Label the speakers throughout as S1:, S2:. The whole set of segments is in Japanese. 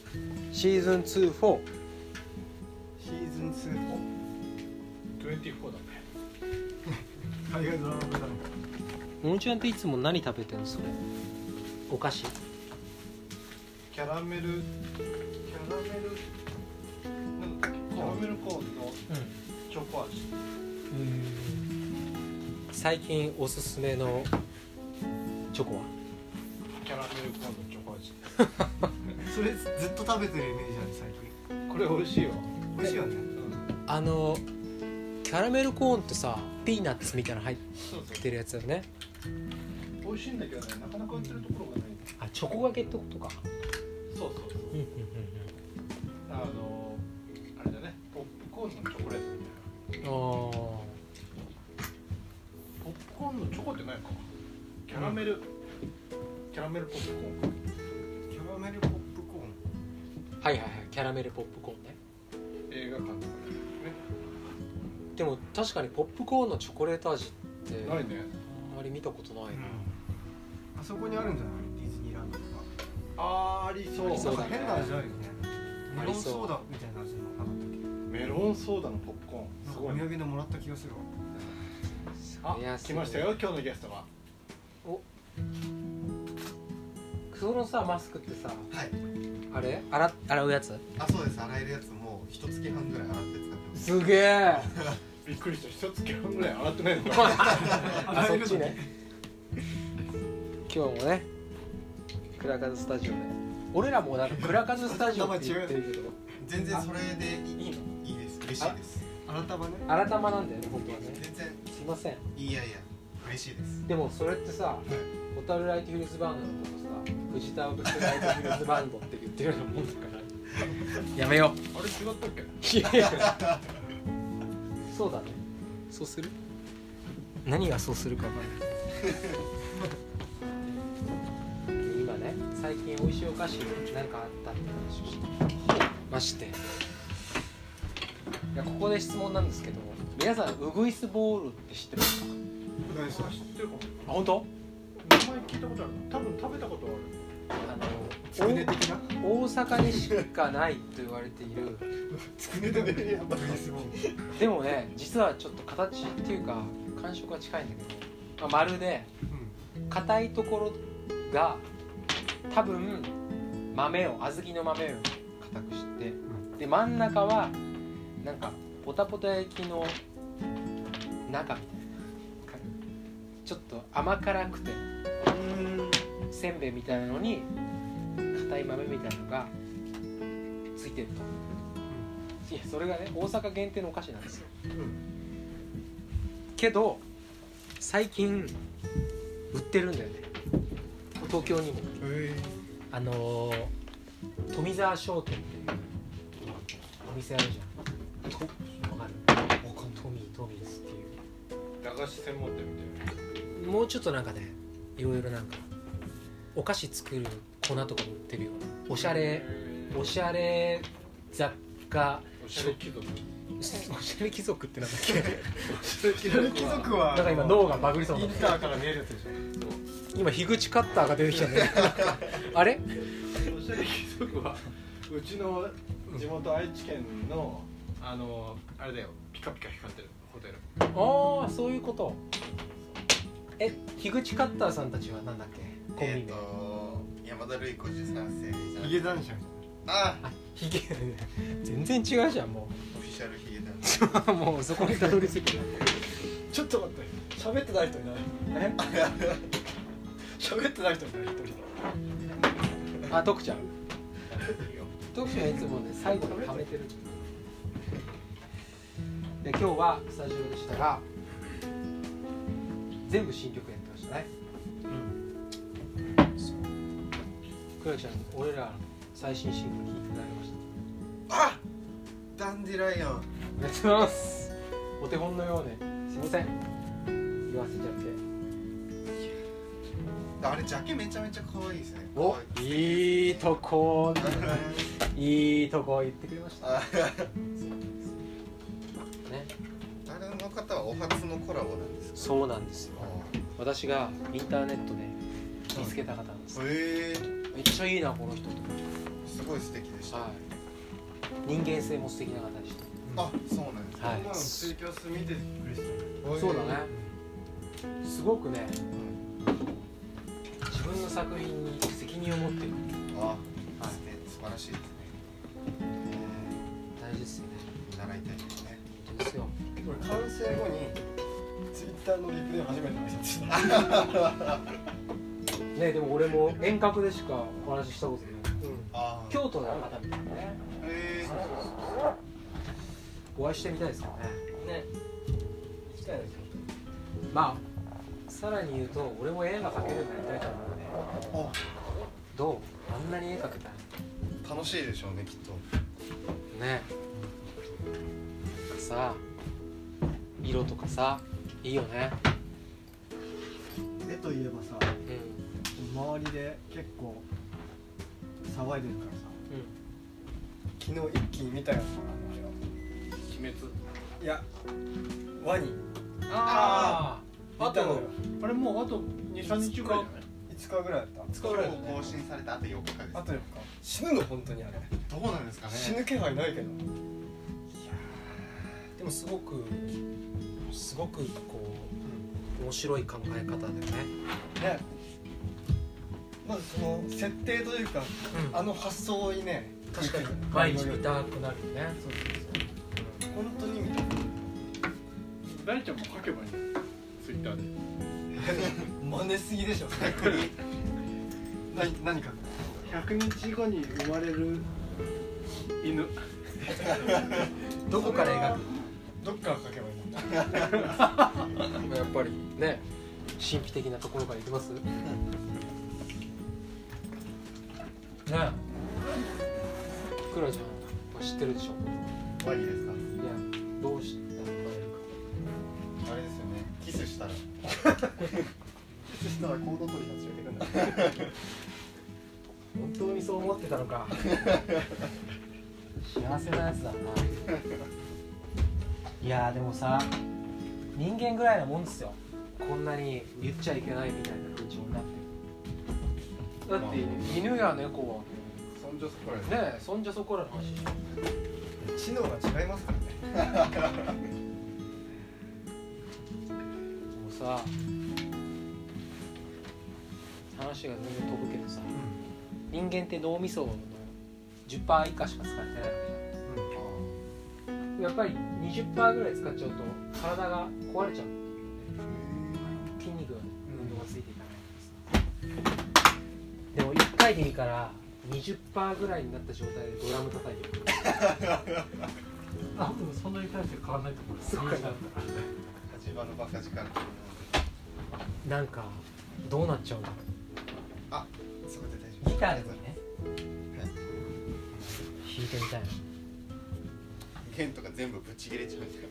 S1: シーズン2、4。
S2: シーズン2
S3: 24だ ね
S2: と海外ドラマだから
S1: ももちゃんっていつも何食べてんのそれ。お菓子。
S2: キャラメルキャラメルなんだっけキャラメルコーンの
S1: う
S2: チョコ味
S1: ん。最近おすすめのチョコは
S2: キャラメルコーンのチョコ味それずっと食べてるイメージある最近
S3: これ美味しいよ
S2: 美味しいよね
S1: あのキャラメルコーンってさピーナッツみたいなの入っ
S3: そうそ
S1: てるやつだよね
S3: う美味しいんだけどねなかなか売ってるところがない
S1: あチョコがけってことか
S3: そうそうそう
S1: うんうん
S3: あのあれだねポップコーンのチョコレートみたいな
S1: うんうんあ
S3: ポップコーンのチョコってないかキャラメル、キャラメルポップコーンか
S2: キャラメルポップコ
S1: ー
S2: ー
S1: はいはいはいキャラメルポップコーンね
S3: 映画館とか
S1: でも確かにポップコーンのチョコレート味って
S3: ね
S1: あ
S3: ないね
S1: んまり見たことない
S2: ン、
S1: な、
S2: あそこにあるんじゃないディズニーランドとか
S3: あーありそう
S1: ありそ
S2: な
S1: うんだ
S2: か
S1: ね
S2: 変な味あるよね
S1: あ
S2: メロ
S1: り
S2: ン
S1: そう
S2: ソーダみたいな味のなかったっけ
S3: メロンソーダのポップコーン
S2: なん
S3: す
S2: か
S3: ご
S2: お
S3: い
S2: 土
S3: ね
S2: 産でもらった気がするわ
S3: あ
S1: いやす
S3: 来
S1: ごい
S3: ましたよ今日のゲストは
S1: そのさマスクってさ
S4: はい、
S1: あれ洗洗うやつ
S4: あそうです洗えるやつもう一月半ぐらい洗って使ってます
S1: すげ え
S3: びっくりした一月半ぐらい洗ってないのか
S1: あそっちね今日もねクラカズスタジオで俺らもなんかクラカズスタジオって言ってるけど
S4: 全然それでいい
S1: いいの
S4: いいです嬉しいです
S2: 新束ね
S1: 改まなんだよね本当はね
S4: 全然
S1: すいません
S4: いやいや嬉しいです
S1: でもそれってさ「ホタルライトヒルズバンド」のことさ「フジタブスライトヒルズバンド」って言ってるようなもんだから やめよう
S3: あれ違ったっけ
S1: そうだねそうする何がそうするか分かんない今ね最近美味しいお菓子何かあったって話をしてましていやここで質問なんですけど皆さんウグイスボールって知ってますか
S2: 大丈
S3: あ知ってるかも
S1: あ本当
S3: 名前聞いたことある多分食べたことある
S1: あ
S2: つくね
S1: の
S2: 的な
S1: お大阪にしかないと言われている
S2: つ くね的なやっぱりすごい
S1: でもね実はちょっと形っていうか感触が近いんだけど、まあ、丸で
S2: う
S1: 硬いところが多分豆を小豆の豆を硬くして
S2: ん
S1: で真ん中はなんかポタポタ焼きの中みたいな感じちょっと甘辛くて
S2: ん
S1: せんべいみたいなのに硬い豆みたいなのがついてるといやそれがね大阪限定のお菓子なんですよ
S2: うん
S1: けど最近売ってるんだよね東京にも
S2: え
S1: あのー、富澤商店っていうお店あるじゃんとわかるトミートミーズっていう
S3: 駄菓子専門店みたいな
S1: もうちょっとなんかねいろいろなんかお菓子作る粉とかも売ってるようなおしゃれおしゃれ雑貨
S3: おしゃれ貴族
S1: おしゃれ貴族ってなんだっけ
S2: 貴族は
S1: なんか今脳がバグりそう
S2: イ
S1: な
S2: ンターから見えるやつでしょ
S1: 今樋口カッターが出てきたねあれ
S3: おしゃれ貴族はうちの地元愛知県のあのあれだよピカピカ光ってるホテル
S1: ああそういうことえ樋口カッターさんたちはなんだっけコンビ
S4: え
S1: 名
S4: っ、と山田るい53世じゃ
S2: ヒゲ男子
S4: ああ
S1: ヒゲ全然違うじゃんも
S4: オフィシャルヒゲ男子
S1: うもうそこにたどり着く
S2: ちょっと待って喋ってない人いない
S1: え
S2: 喋ってない人いない一人
S1: あ徳ちゃん徳ちゃんいつもね最後にはめてるで今日はスタジオでしたが全部新曲やってましたねクラちゃん俺らの最新シングル聴いていただきまし
S4: あダンディライオン
S1: たありがとうございますお手本のようねすいません言わせちゃって
S4: あれジャケめちゃめちゃ可愛いですね
S1: おいいとこ
S4: 可愛い
S1: いいとこ言ってくれましたね
S4: ああれの方はお初のコラボなんですか
S1: そうなんですよ私がインターネットで見つけた方なんです
S4: へえー、
S1: めっちゃいいなこの人と思って
S4: すごい素敵でした、
S1: はい人間性も素敵な方でした
S4: あそうなんです
S1: は
S3: 今の
S1: い
S3: 提供してみてびっくりした
S1: そうだね、すごくね自分の作品に責任を持ってる
S4: あ
S1: はい
S4: 素晴らしいですね
S1: 大事ですよね
S4: うん習いたいですね
S1: 本当ですよ
S2: 俺完成後にツイッターのリプで初めて見せてた
S1: ねでも俺も遠隔でしかお話ししたことない、
S4: ああ
S1: 京都の方みたいなね
S4: えー
S1: お会いしてみたいですよね
S2: ね行きたいな
S1: まあさらに言うと俺も絵が描けるようになりたいと思うんで
S4: お
S1: どうあんなに絵描けた
S4: 楽しいでしょうねきっと
S1: らねさあ色とかさいいよね
S5: 絵といえばさ
S1: う
S5: 周りで結構騒いでるからさ
S1: ん
S2: 昨日一気に見たよ
S3: 鬼滅
S2: いやワニ
S1: うんあ
S2: 見たのよ
S3: あれもうあと23日ぐらいじゃな
S2: 5
S3: い
S2: 日ぐらいだっ
S1: 疲れる
S4: 今日更新されたあと4日です
S2: たあと4日死ぬの本当にあれ
S4: どうなんですかね
S2: 死ぬ気配ないけど
S1: でもすごくすごくこう面白い考え方だよね、
S2: ねまずその設定というかあの発想にね
S1: 確かに
S2: 毎
S1: 毎
S2: 日
S1: 日
S2: 見
S1: 見
S2: た
S1: たくなるよね
S2: そうそうそう本当に見た
S3: 大ちゃんも書けばいいのツイッターで
S2: 真似すぎでしょ逆に 何何か
S3: 100日後に生まれる犬
S1: どこから描く
S2: どっから書けばいいんだ
S1: やっぱりね神秘的なところからいきますねえクラちゃん知ってるでしょ
S4: 終わりですか
S1: いやどうしてもらえるか
S4: あれですよねキスしたら
S2: そしたらコード取り始めてくんだ
S1: 本当にそう思ってたのか幸せなやつだないやーでもさ人間ぐらいなもんですよこんなに言っちゃいけないみたいな風潮になってるだって犬や猫
S4: そんじょそこら
S1: はねそんじゃそこらの話
S2: 知能が違いますからね
S1: でもさ話が全然飛ぶけどさ、人間って脳みその10%以下しか使ってないわけじゃんやっぱり20%ぐらい使っちゃうと体が壊れちゃうっていうね筋肉が運動がついていかないからさでも1回でいいから20%ぐらいになった状態でドラム叩いてる
S6: あでもそんなに大して変わらないと思います
S1: すごいな
S4: 始まるばか力
S1: なんかどうなっちゃうんだろ
S4: そこで大丈
S1: うギターでもいいね弾いてみたいな
S4: 夫弦とか全部ぶち切れちゃうんじゃない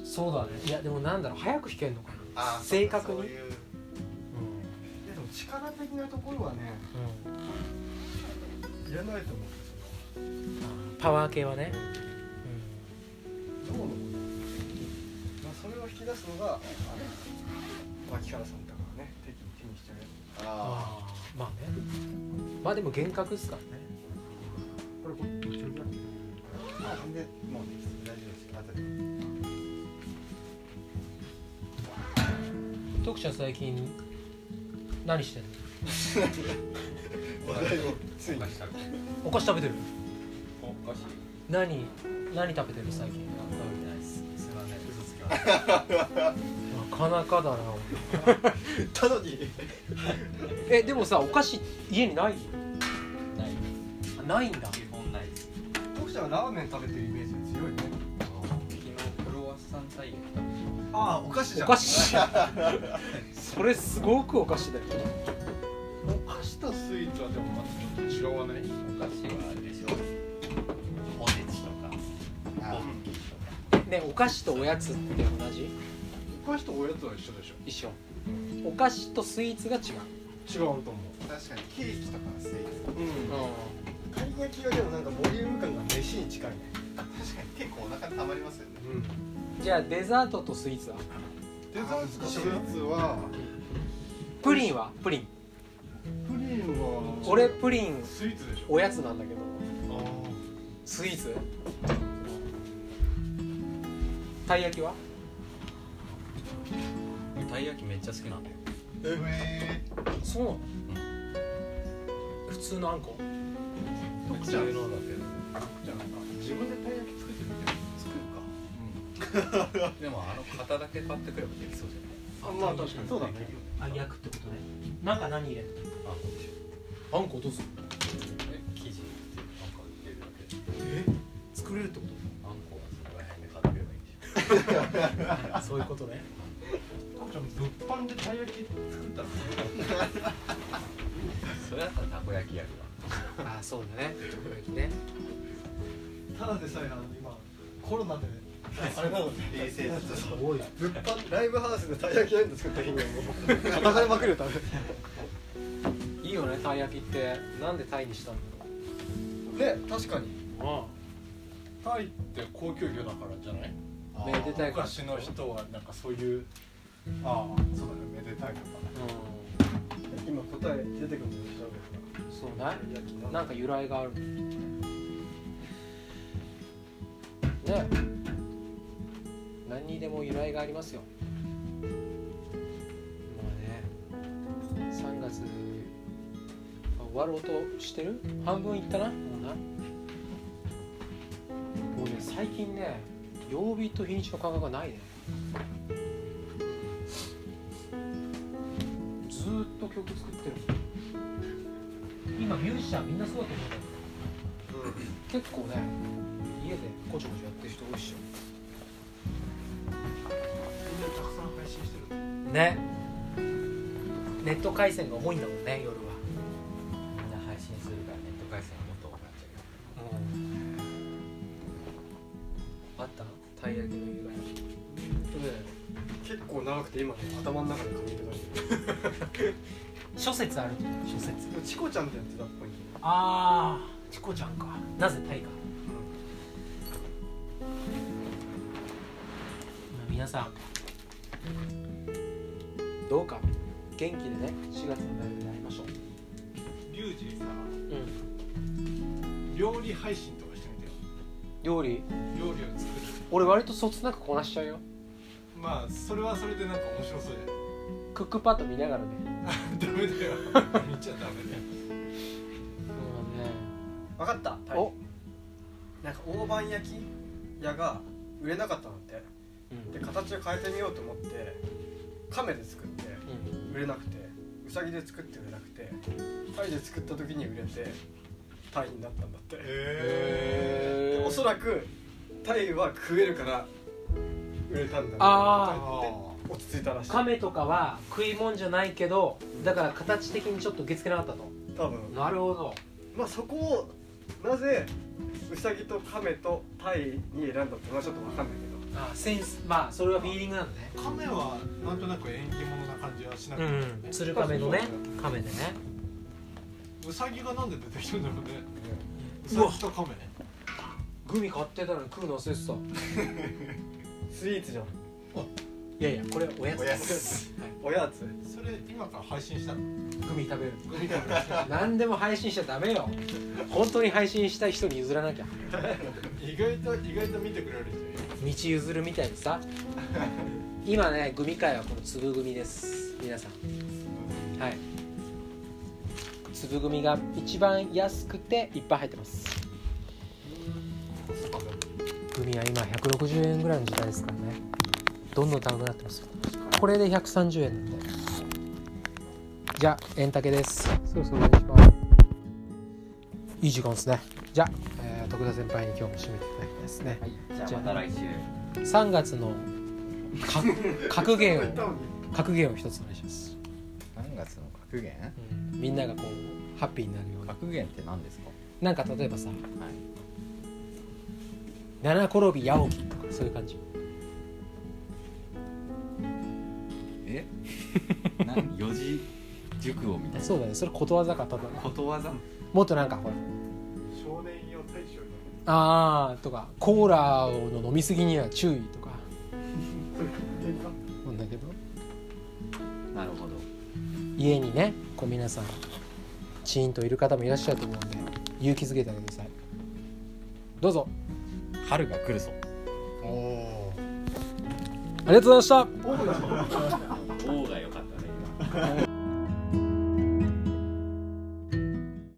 S4: ですか
S1: そうだねいやでもなんだろう早く弾けんのか
S4: あー
S1: な正確に
S4: そううんいう
S2: いやでも力的なところはねいらないと思う
S1: うんパワー系はね
S2: どうの、まあ、それを引き出すのがあの脇原さんだからね手に手にしちゃ
S4: あ
S2: うやつ
S1: ああまあねまあでも幻覚っすからね
S5: これこっちだ
S4: ーあーでもうね大丈夫です後で
S1: 徳ちゃん最近何してんの
S2: 話題をついに
S1: お菓子食べてる
S3: おかしい
S1: 何何食べてる最近 なかなかだな
S2: ただに
S1: えでもさお菓子家にないあないんだ
S6: 基本ないです
S2: 徳ちゃんはラーメン食べてるイメージが強いね
S6: 昨日クロワッサン大役食
S2: ああお菓子
S1: お菓子それすごくお菓子だよ
S3: お菓子とスイーツはでもまた違わない
S6: べたお菓子はあれでしょおせちとか
S4: あ
S1: ねお菓子とおやつって同じ
S3: お菓子とおやつは一緒でし
S1: 一緒お菓子とスイーツが違う
S3: ょ違うと思う
S4: ー確かにケーキとかスイーツ
S2: うんたい焼きはでもなんかボリューム感が飯に近いね
S4: 確かに結構お腹たまりますよね
S1: じゃあデザートとスイーツは
S3: デザートとスイ
S4: スイ
S3: ー
S4: ーツは
S1: プリンはプリン
S3: ツプリンは
S1: 俺プリン
S3: スイーツでしょ
S1: おやつなんだけど
S4: あー
S1: スイーツたい焼きは
S6: たい焼きめっちゃ好きなんだよ
S1: そうなの普通のあんこ
S6: 特徴のだけ
S3: じ
S6: ど
S3: ゃあなんか自分でたい焼き作ってみて
S6: 作るかでもあの型だけ買ってくればできそうじ
S3: あまあ確かにそうだね
S1: あ焼くってことね中何入れる
S6: ゃないあこっち
S1: あんこ落とす
S6: え生地なんか入れるだけ
S1: え作れるってこ
S6: あんこはそこら辺で買ってくればいいんでしょ
S1: と そういうことね
S3: タコちゃん物販でたい焼き作ったら
S6: それだったらたこ焼きやるわ
S1: あそうだねたこ焼きね
S5: ただでさえあの今コロナであれなので
S4: 冷静だった
S1: すごい
S2: 物販ライブハウスでたい焼きライブ作った日にはもう叩かれまくるよ多分
S1: いいよねたい焼きってなんでタイにしたんだ
S2: ね確かに
S1: ろ
S3: タイって高級魚だからじゃないう
S1: めでたいから
S3: 昔の人はなんかそういうああそうだねめでたいとかね
S1: う
S2: 今答え出てくるんで調べ
S1: んそうね
S2: たら焼き
S1: な
S2: なん
S1: か由来があるね何にでも由来がありますよまあね3月あ終わろうとしてる半分いったなもうなもうね最近ね曜日と日にちの感覚がないねずーっと曲作ってる今ミュージシャンみんなそうだと思うんだけど結構ね家でこちょこちょやってる人多いっし
S3: たくさん配信してる
S1: ょねネット回線が多いんだもんね夜は、
S6: みんな配信するからネット回線がもっと多くなっちゃう
S1: あったたい焼きの由
S2: とね結構長くて今ね頭の中で髪の毛出してる
S1: 来諸説ある諸説
S2: でもチコちゃんってやってたっぽいんだよね
S1: ああチコちゃんかなぜタイか皆さんどうか元気でね4月のライブで会いましょう
S3: リュウジさ
S1: うん
S3: 料理配信とかしてみてよ
S1: 料理
S3: 料理を作る
S1: 俺割とそつなくこなしちゃうよ
S3: まあそれはそれでなんか面白そうじ
S1: クックパッド見ながらね
S3: ゃないダメだよ見ちゃダメだよ
S1: そう
S2: 分かった
S1: だねお
S2: なんか大判焼き屋が売れなかったのって
S1: うん
S2: で形を変えてみようと思って亀で作って
S1: うん
S2: 売れなくてウサギで作って売れなくてタイで作った時に売れてタイになったんだって
S3: へ
S2: でおそらくタイは食えるから売れたんだ
S1: あ
S2: って言って落ち着いたらしい
S1: ー亀とかは食い物じゃないけどだから形的にちょっと受け付けなかったと
S2: 多分
S1: なるほど
S2: まあそこをなぜウサギと亀とタイに選んだってのはちょっと分かんないけど
S1: あセンスまあそれはフィーリングなんだね
S3: 亀はなんとなく縁起物な感じはしなく
S1: う
S3: てもね、
S1: ん鶴亀のね亀でね
S3: うさぎがなんで出てきたんだろうねう
S1: うわ
S3: さぎと亀ね
S1: グミ買ってたのに食うの忘れて
S2: スイーツじゃん
S1: たいやいやこれおやつ
S4: おやつ
S2: おやつ
S3: それ今から配信したの
S1: グミ食べる 何でも配信しちゃダメよ本当に配信したい人に譲らなきゃ
S3: 意外と意外と見てくれる人いる
S1: 道譲るみたいにさ今ね組会はこの粒組です皆さんはい粒組が一番安くていっぱい入ってます組は今160円ぐらいの時代ですからねどんどん高くなってますよこれで130円なんでじゃあ円竹ですそろそろお願いしますいい時間ですねじゃあ、えー徳田先輩に今日も締めていただきたいですね
S6: じゃあまた来週
S1: 3月のか格言を格言を一つお願いします、
S4: 何月の格言
S1: みんながこうハッピーになるような
S4: 格言って何ですか
S1: なんか例えばさ
S4: はい
S1: 「七転び八起き」とかそういう感じ
S6: え何四字熟語みたい
S1: そうだねそれことわざかただ
S6: なことわざ
S1: もっとなんかほら
S3: 少年用大将
S1: 「あー」とか「コーラの飲みすぎには注意」と かなんだけど
S6: なるほど
S1: 家にねこう皆さんチーンといる方もいらっしゃると思うんで勇気づけてあげてくださいどうぞ
S6: 春が来るぞ
S4: おお
S1: ありがとうございました
S7: 王が良かったね今